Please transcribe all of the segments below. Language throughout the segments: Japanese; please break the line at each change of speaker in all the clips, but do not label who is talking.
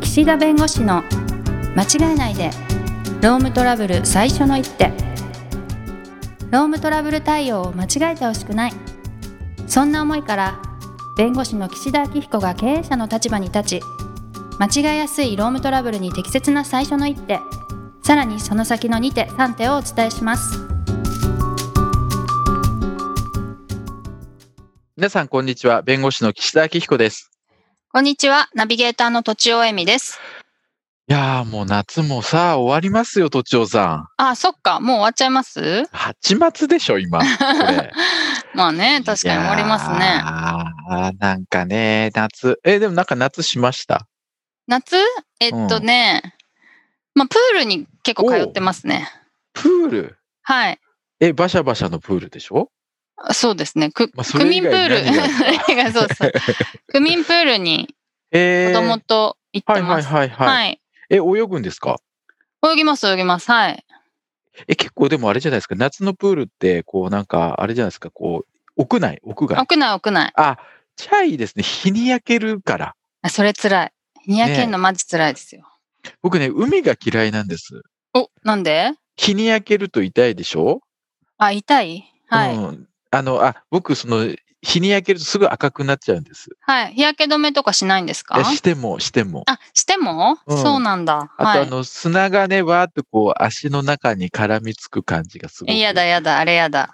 岸田弁護士の間違えないでロームトラブル最初の一手ロームトラブル対応を間違えてほしくないそんな思いから弁護士の岸田明彦が経営者の立場に立ち間違えやすいロームトラブルに適切な最初の一手さらにその先の2手3手をお伝えします
皆さん、こんにちは。弁護士の岸田明彦です。
こんにちはナビゲーターのとちおえみです
いやー、もう夏もさ、終わりますよ、都庁さ
あそっかもう終わっちゃいます
ん。8月でしょ、今。こ れ
まあね確かに終わりますね
あー、なんかね、夏。え、でもなんか夏しました。
夏えっとね、まあプールに結構通ってますね
プール。
はい
え、バシャバシャのプールでしょ
そうですねく、
まあそ
区
れ以
民プー
外
ル
何がある
それ以 外そうそう区民プールに
え
子
ー、
供と行っ
は
て
いは
ま
い
す、
はいはい。
はい
え、泳ぐんですか
泳ぎます泳ぎますはい
え、結構でもあれじゃないですか。夏のプールって、こうなんか、あれじゃないですか。こう、屋内、屋外。
屋内屋内
あ、チャイですね。日に焼けるから。
あそれつらい日焼けんのマジつらいですよ、
僕ね、海が嫌いなんです。
おなんで
日に焼けると痛いでしょ
あ痛いはい、
うん、あの、あ、僕、その、日に焼けるとすぐ赤くなっちゃうんです。
はい日焼け止めとかしないんですか
えしても、しても。
あしても、
うん
そうなんだ
あ
はい
と、あの、砂がね、わーっとこう、足の中に絡みつく感じがすご
え
い。
やだやだあれやだ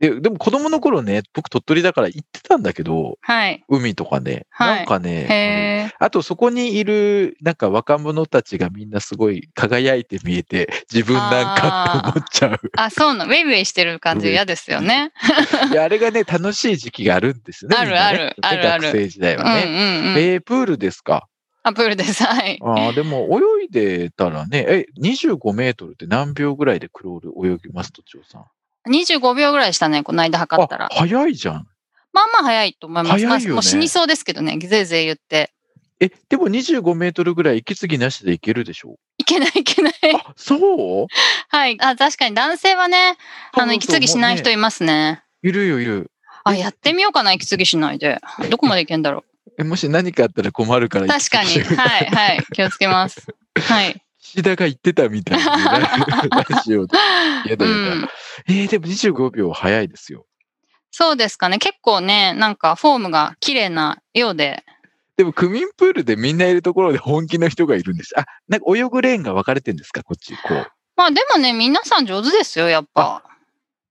で。でも、子供の頃ね、僕、鳥取だから行ってたんだけど、
はい
海とかね。
はい
なんかね、
へえ
あと、そこにいる、なんか若者たちがみんなすごい輝いて見えて、自分なんかって思っちゃう。
あそうなのウェイウェイしてる感じ
ウェイ
嫌ですよね
いや、あれがね、楽しい時期があるんですよね。
ある
みんなね
あるあるある
学生時代
うん
はね。
うんうん
えープールですか。
あプールですはい
ああ、でも泳いでたらね、え、25メートルって何秒ぐらいでクロール泳ぎますと、ちおさん。
25秒ぐらいしたねこの間測ったら
あ、早いじゃん。
まあまあ早いと思います。
早いよね
まあもう死にそうですけどね、ぜいぜい言って。
え、でも25メートルぐらい息継ぎなしでいけるでしょ
いけないいけない。
あ、そう
はい。あ、確かに男性はね、あの、息継ぎしない人
い
いますね。
るよ、いる。
あ、やってみようかな、息継ぎしないで。どこまでいけんだろ
え、もし何かあったら困るから
う。確かに。
息継ぎしよう
はい、はい。気をつけます。はい。
岸田が言ってたみたいなラ ジオで。や
う
だや
ん
だ。。えーでも25秒早いですよ。
そうですかね。結構ね、なんかフォームが綺麗なようで。
でも、区民プールでみんないるところで本気の人がいるんです。あ、なんか泳ぐレーンが分かれてるんですかこっち、こう。
まあでもね、皆さん上手ですよ、やっぱ。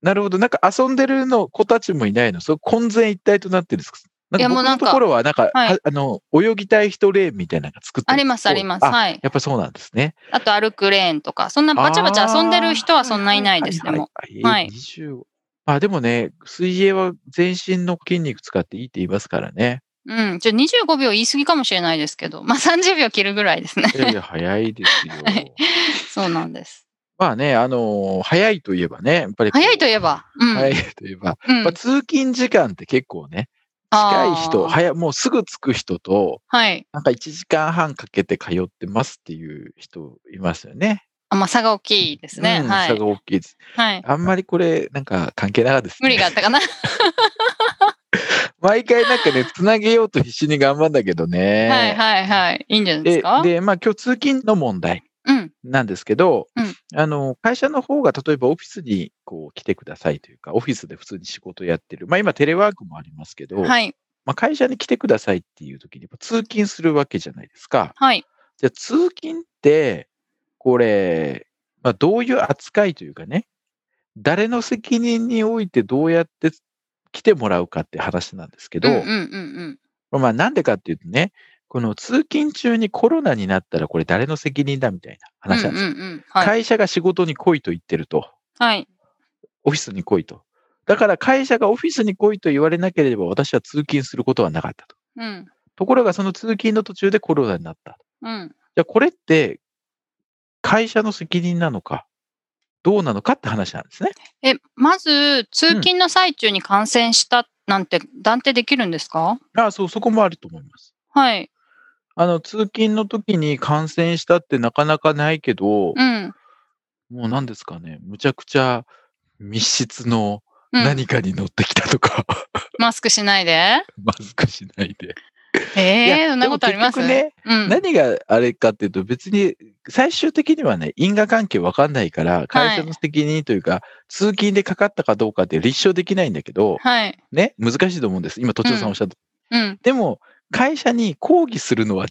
なるほど。なんか遊んでるの子たちもいないの。そう混然一体となってるんですか。なん
いや
か
もう
僕
な
の
んか
ところはなんか、
はい
ああの泳ぎたい人レーンみたいなのが作って
あります、あります。
あ
はい。
やっぱそうなんですね。
あと歩くレーンとか。そんなバチャバチャ遊んでる人はそんないないです、で
ね
も。。はい
え20まあでもね、水泳は全身の筋肉使っていいって言いますからね。
うん、ちょ25秒言い過ぎかもしれないですけど、まあ30秒切るぐらいです ね。
いやいや、早いですよ。
はいそうなんです。
まあね、あのー早いといえばね、やっぱりこう。
早いといえば、うん。
早いといえば、
うん
まあ、通勤時間って結構ね、近い人、
あー
早いもうすぐ着く人と、
はい。
なんか1時間半かけて通ってますっていう人いますよね。
あまあ差が大きいですね。
うん
は
差
い。
が大きいです。
はい。
あんまりこれ、なんか関係なかったです、ね。
無理があったかな。
毎回なんかね、つなげようと必死に頑張るんだけどね。
はいはいはい。いいんじゃないですか
でで、まあ今日通勤の問題
うん。
なんですけど、
うん
あの、会社の方が例えばオフィスにこう来てくださいというか、オフィスで普通に仕事やってる。まあ今テレワークもありますけど、
はい。
まあ会社に来てくださいっていう時にやっぱ通勤するわけじゃないですか。
はい。
じゃあ通勤って、これ、まあ、どういう扱いというかね、誰の責任においてどうやって来てもらうかって話なんですけ
う
ど、
んうんうん
まあなんでかっていうとね、この通勤中にコロナになったらこれ誰の責任だみたい
うん。
な
うん
話なんですよ。
うんうん。はい。
会社が仕事に来いと言ってると、
はい。
オフィスに来いと。だから会社がオフィスに来いと言われなければ私は通勤することはなかったと。
うん。
ところがその通勤の途中でコロナになった。
うん。
じゃあこれって会社の責任なのか、どうなのかって話なんですね。
え、まず、通勤の最中に感染したなんて断定できるんですか
ああそう、そこもあると思います。
はい。
あの、通勤の時に感染したってなかなかないけ
う
ど、
ん。
もう何ですかね、むちゃくちゃ密室の
うん、
何かに乗ってきたとか、
マスクしないで。
マスクしないで。いや
ええそんなことあります
でも結局ね、
うん。
何があれかっていうと別に最終的にはね因果関係わかんないから会社の責任というか、通勤でかかったかどうかって立証できないんだけど
はい。
ね難しいと思うんです今都庁さんおっしゃった、
うん。
でも会社に抗議するのは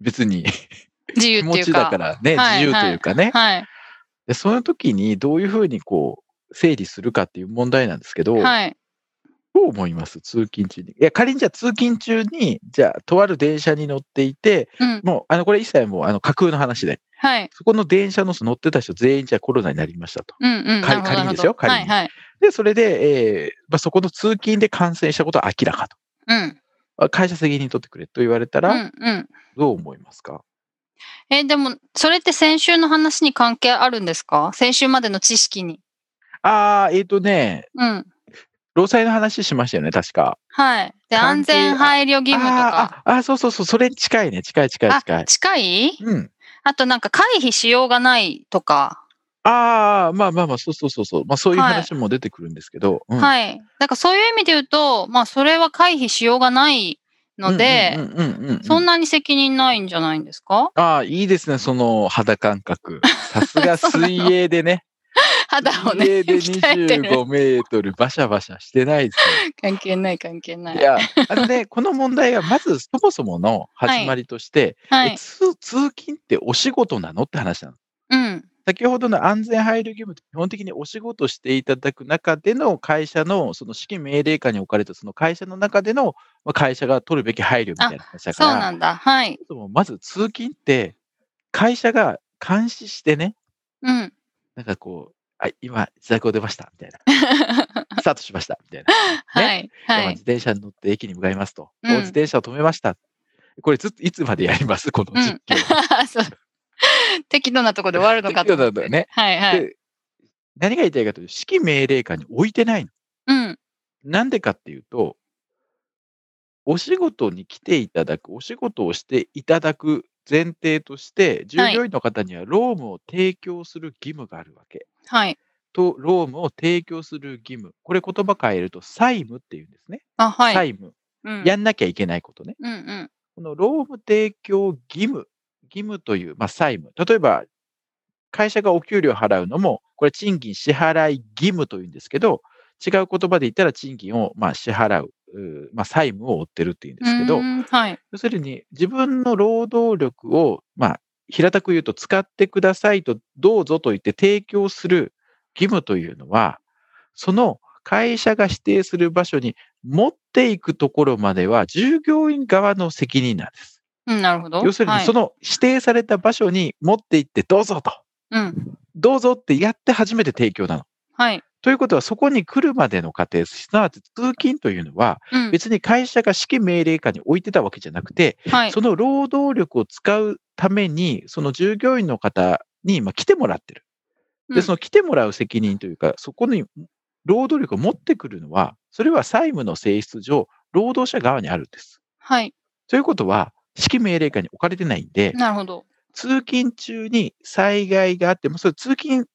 別に
自由
気
って
持
いう
ち
か。
だからね
はい
自由というかね、
はい。
でその時にどういうふうにこう整理するかっていう問題なんですけど、
はい。
どう思います通勤中に。いや仮にじゃあ通勤中にじゃあとある電車に乗っていて
うん。
もうあのこれ一切もうあの架空の話で
はい。
そこの電車の乗ってた人全員じゃあコロナになりましたと。
うんうん。
仮
なるほど
仮にですよ
なるほど
仮に
はい
で、それで、えーまあ、そこの通勤で感染したことは明らかと
はい。うん。。
あ会社責任取ってくれと言われた
う
ら、
んうん。
どう思いますか、
えでも、それって先週の話に関係あるんですか先週までの知識に。
ああ、えっ、とね、
うん。
労災の話しましたよね、確か。
はい。で、安
関係
全配慮義務とか。
あーああ、そうそうそう、それに近いね、近い近い近い。
近い
うん。
あとなんか回避しようがないとか。
ああ、まあまあまあ、そうそうそうそう、まあそういう
はい
話も出てくるんですけど。うん
はい。なんかそういう意味で言うと、まあそれは回避しようがないので、
うんうんうんうんうん
そんなに責任ないんじゃないんですか
ああ、いいですね、その肌 感覚。さすが
そうなの
水泳でね。
肌をね、
水泳 で
鍛えてる。
25メートルバシャバシャしてないですよ。
関係ない関係ないい。
や、あのね、この問題はまずそもそもの始まりとして、
はい
え。通通勤ってお仕事なのって話なの。
うん。
先ほどの安全配慮義務って基本的にお仕事していただく中での会社のその指揮命令下に置かれたその会社の中でのまあ会社が取るべき配慮みたいな話だか
そう
ら、
なんだ。はい。
そもそもまず通勤って会社が監視してね、
うん。
なんかこう、あ今自宅を出ましたみたいな、スタートしましたみたいな。
はい。は
まあ
い
自。転車に乗って駅に向かいますと、
うん
お自転車を止めました。これずっといつまでやりますこの
う
実
ん
験。
そう適度なとこで終わるのかと思って。
適度なんだよね
はいはい。
で何が言いたいかというと、指揮命令下に置いてないの。
うん。
なんでかっていうと、お仕事に来ていただく、お仕事をしていただく前提として、従
はい
業員の方には労務を提供する義務があるわけ。
はい。
と、労務を提供する義務。これ言葉変えると、債務っていうんですね。
あ、はい。
債務。
うん
やんなきゃいけないことね。
うんうん。
この労務提供義務、義務という、まあ、債務。例えば、会社がお給料払うのも、これ賃金支払い義務というんですけど、違う言葉で言ったら賃金をまあ支払う、うーまあ、債務を負ってるっていうんですけ
う
ど
ー、んはい。
要するに自分の労働力を、まあ、平たく言うと使ってくださいと、どうぞと言って提供する義務というのは、その会社が指定する場所に持っていくところまでは従業員側の責任なんです。
うん、なるほど。
要するにそ
の、
の指定された場所に持って行ってどうぞと、
うん。
どうぞってやって初めて提供なの。
はい。
ということはそこに来るまでの過程、すなわち通勤というのは
うん。
別に会社が指揮命令下に置いてたわけじゃなくて、
はい。
その労働力を使うために、その従業員の方に今来てもらってる。
う
で、
ん
その来てもらう責任というか、そこに労働力を持ってくるのは、それは債務の性質上、労働者側にあるんです。
はい。
ということは、指揮命令下に置かれてないんで、
なるほど。
通勤中に災害があっても、それ通勤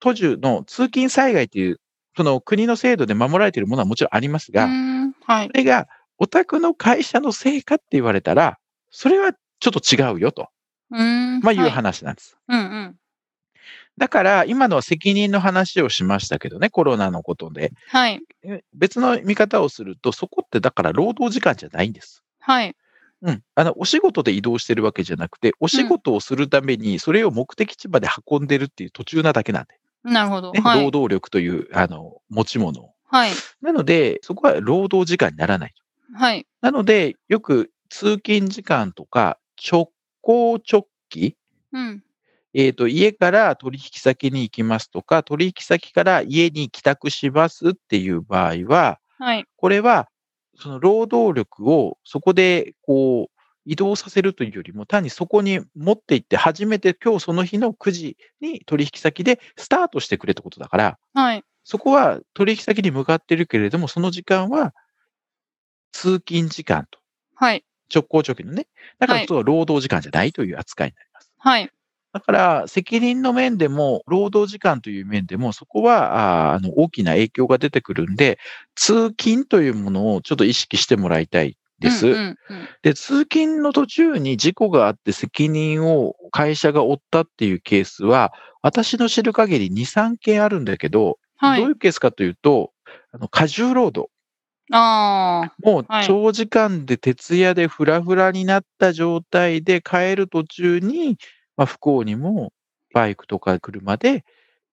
途中の通勤災害という、その国の制度で守られているものはもちろんあります
うー
が、
ん。はい
そ。れがお宅の会社のせいかって言われたら、それはちょっと違うよと、
うーん。
まあ、いう
はい
話なんです。
うんうん。
だから、今のは責任の話をしましたけどね、コロナのことで。
はい。
え別の見方をすると、そこってだから労働時間じゃないんです。
はい。
うん、あのお仕事で移動してるわけじゃなくて、お仕事をするためにそれを目的地まで運んでるっていう途中なだけなんで、
なるほど。
ね
は
労
い。
働力というあの持ち物を。
はい。
なので、そこは労働時間にならない。
はい。
なので、よく通勤時間とか直行直帰、
うん。
えっ、と、家から取引先に行きますとか、取引先から家に帰宅しますっていう場合は、
はい。
これは、その労働力をそこでこう移動させるというよりも、単にそこに持って行って、初めて今日その日の9時に取引先でスタートしてくれってことだから、
はい。
そこは取引先に向かってるけれども、その時間は通勤時間と、
はい。
直行直帰のね、だから
はい
そこは労働時間じゃないという扱いになります。
はい。
だから、責任の面でも、労働時間という面でも、そこはあーあの大きな影響が出てくるんで、通勤というものをちょっと意識してもらいたい。です。
うんうんうん
で、通勤の途中に事故があって責任を会社が負ったっていうケースは、私の知る限り2、3件あるんだけど、
は
どう
い。
いうケースかというと、あの過重労働。
あ
もう
はい
長時間で徹夜でフラフラになった状態で帰る途中に、まあ、不幸にもバイクとか車で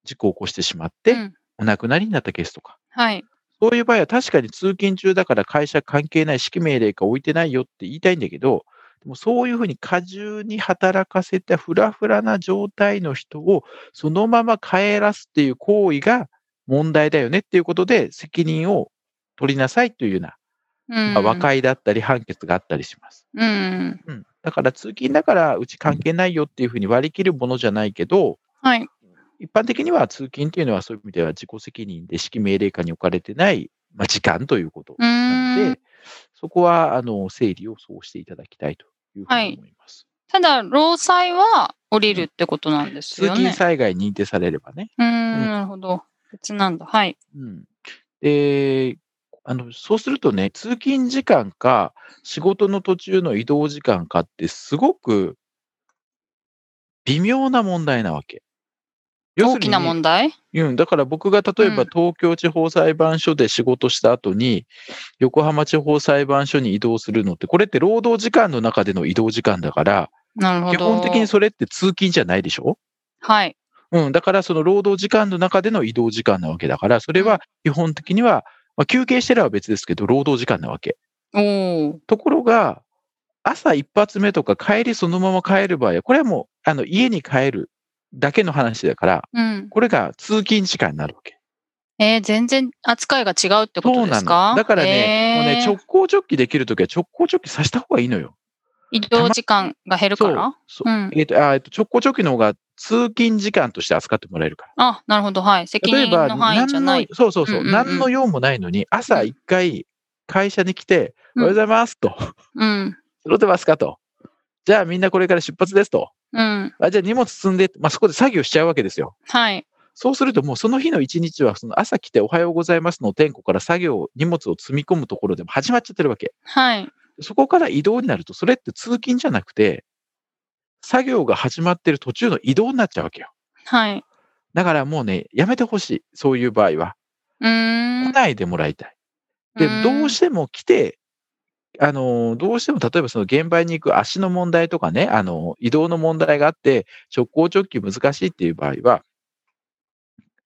事故を起こしてしまっ
あ。
て、
うん
お亡くなりになったケースとか。
はい。
そういう場合は確かに通勤中だから会社関係ない指揮命令か置いてないよって言いたいんだけど、でもそういうふうに過重に働かせたフラフラな状態の人をそのまま帰らすっていう行為が問題だよねっていうことで責任を取りなさいというような、
うん
まあ和解だったり判決があったりします。
うん。
うん、だから通勤だからうち関係ないよっていうふうに割り切るものじゃないけど、
はい。
一般的には通勤というのはそういう意味では自己責任で指揮命令下に置かれてない、まあ、時間ということ
う
な
ー
の
ん
で、そこはあの整理をそうしていただきたいというふうに思います。
ただ、労災は降りるってことなんです
通
よ
勤
ね。
災害に認定されればね。
うーん、なるほど。別なんだ。はい。
うん、であのそうするとね、通勤時間か仕事の途中の移動時間かってすごく微妙な問題なわけ。要す
大
る
き
に
な問題
うん、だから僕が例え
う
ば
ん
東京地方裁判所で仕事した後に、横浜地方裁判所に移動するのって、これって労働時間の中での移動時間だから、
なるほど。
基本的にそれって通勤じゃないでしょ
はい。
うん、だからその労働時間の中での移動時間なわけだから、それは基本的には、まあ、休憩してれば別ですけど、労働時間なわけ。
おー。
ところが、朝一発目とか帰りそのまま帰る場合は、これはもうあの家に帰るだけの話だから、
うん。
これが通勤時間になるわけ。
えー、全然扱いが違うってことですか
のだからね、もう
え
ね
ー
直行直帰できるときは直行直帰させた方がいいのよ。
移動時間が減るか
そう
ら。
そううんえっとあえっと直行直帰の方が通勤時間として扱ってもらえるから。
あ、なるほど。はい。責
例え
任
ば、
の範囲
何
じゃな
の
い。、
そうそうそう、
うんうんうん
何の用もないのに、朝一回会社に来て、
う
お
ん
はようございますと、
うん。
揃ってますかと。じゃあみんなこれから出発ですと。
うん。
あじゃあ荷物積んで、まあ、そこで作業しちゃうわけですよ。
はい。
そうするともうその日の一日は、その朝来ておはようございますの点呼から作業、荷物を積み込むところでも始まっちゃってるわけ。
はい。
そこから移動になると、それって通勤じゃなくて、作業が始まってる途中の移動になっちゃうわけよ。
はい。
だからもうね、やめてほしい。そういう場合は。
うー
来
ん。
ないでもらいたい。で、どうしても来て、あのー、どうしても例えばその現場に行く足の問題とかね、あのー、移動の問題があって、直行直帰難しいっていう場合は、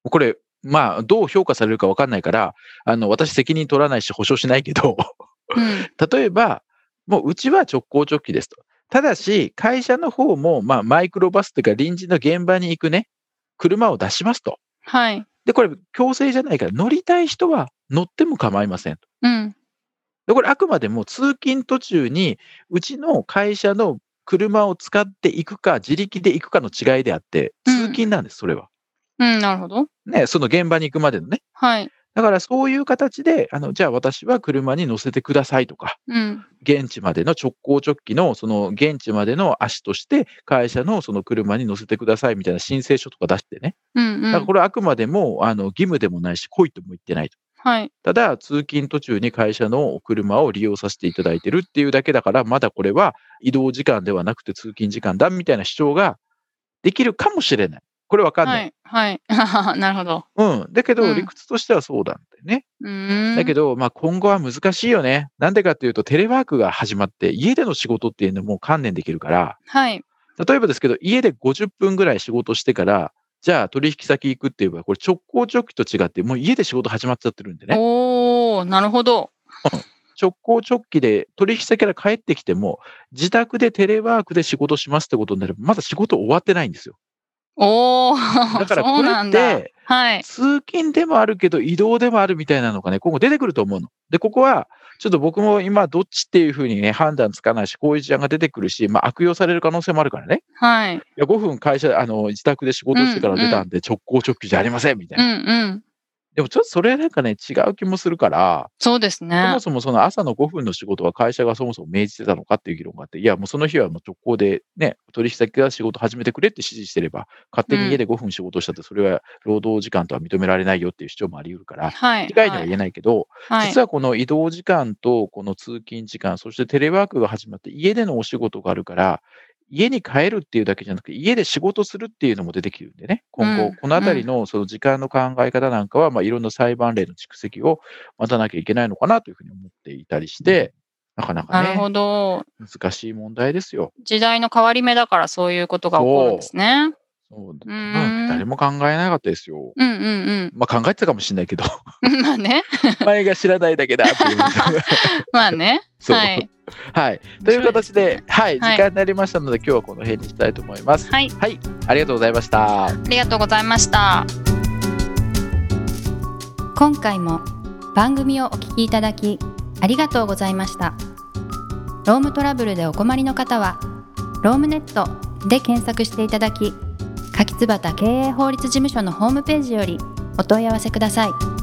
これ、まあ、どう評価されるかわかんないから、あの、私責任取らないし保証しないけど、
うーんうん
例えば、もううちは直行直帰ですと。ただし、会社の方も、まあ、マイクロバスというか、臨時の現場に行くね、車を出しますと。
はい。
で、これ、強制じゃないから、乗りたい人は乗っても構いませんと。
うん。
で、これ、あくまでも通勤途中に、うちの会社の車を使っていくか、自力で行くかの違いであって、
うん
通勤なんです、それは。
うん。なるほど。
ね、その現場に行くまでのね。
はい。
だから、そういう形で、あの、じゃあ私は車に乗せてくださいとか、
うん。
現地までの直行直帰の、その現地までの足として、会社のその車に乗せてくださいみたいな申請書とか出してね。
うんう
だから
ん。
これはあくまでもあの義務でもないし、来いとも言ってないと。
はい。
ただ、通勤途中に会社のお車を利用させていただいてるっていうだけだから、まだこれは移動時間ではなくて通勤時間だみたいな主張ができるかもしれない。これわかんな。
はいい。はい。 なるほど。
うん。だけ
う
ど、
ん
理屈としてはそうなんだよね。
うーん。
だけ
ど、
ど、まあ、今後は難しいよね。なんでかっていうと、テレワークが始まって、家での仕事っていうのも観念できるから、
はい。
例えばですけど、家で50分ぐらい仕事してから、じゃあ取引先行くっていう場合、これ直行直帰と違って、もう家で仕事始まっちゃってるんでね、
おー、なるほど。
直行直帰で取引先から帰ってきても、自宅でテレワークで仕事しますってことになれば、まだ仕事終わってないんですよ。
おー、
だか
そ
らこ
う
れ
なん
っ
だ。
て、
はい。
通勤でもあるけど、移動でもあるみたいなのがね、今後出てくると思うの。で、ここは、ちょっと僕も今、どっちっていうふうにね、判断つかないし、こういう事案が出てくるし、まあ、悪用される可能性もあるからね。
はい。
いや5分会社、あの、自宅で仕事してから出たんで、直行直帰じゃありません、みたいう
ん
な。
うん。
でもちょっとそれなんかね、違う気もするから、
そうです
そ
ね
も。そもその朝の5分の仕事は会社がそもそも命じてたのかっていう議論があって、いや、もうその日はもう直行でね、取引先が仕事始めてくれって指示してれば、勝手に家で5分仕事したって、それは労働時間とは認められないよっていう主張もあり得るから、
はい。
一概には言えないけど、
はい。
実はこの移動時間とこの通勤時間、そしてテレワークが始まって家でのお仕事があるから、家に帰るっていうだけじゃなくて、家で仕事するっていうのも出てきるんでね、今
う
後
ん、
このあたりのその時間の考え方なんかは、まあいろんな裁判例の蓄積を待たなきゃいけないのかなというふうに思っていたりして、なかなか
なる
ね、
ほど。
難しい問題ですよ。
時代の変わり目だからそういうことが起こるんですね。
そ
ー
う
ん
まあ誰も考えなかったですよ。
うんうん
まあ考えてたかもしれないけど、
うん。 まあね。
前が知らないだけだっていう。
まあね。
そう
はい。
はい。という形で、はい、時
はい
間になりましたので、今日はこの辺にしたいと思います。
はい。
ありがとうございました。
ありがとうございました。今回も番組をお聞きいただきありがとうございましたロームトラブルでお困りの方はロームネットで検索していただき柿椿経営法律事務所のホームページよりお問い合わせください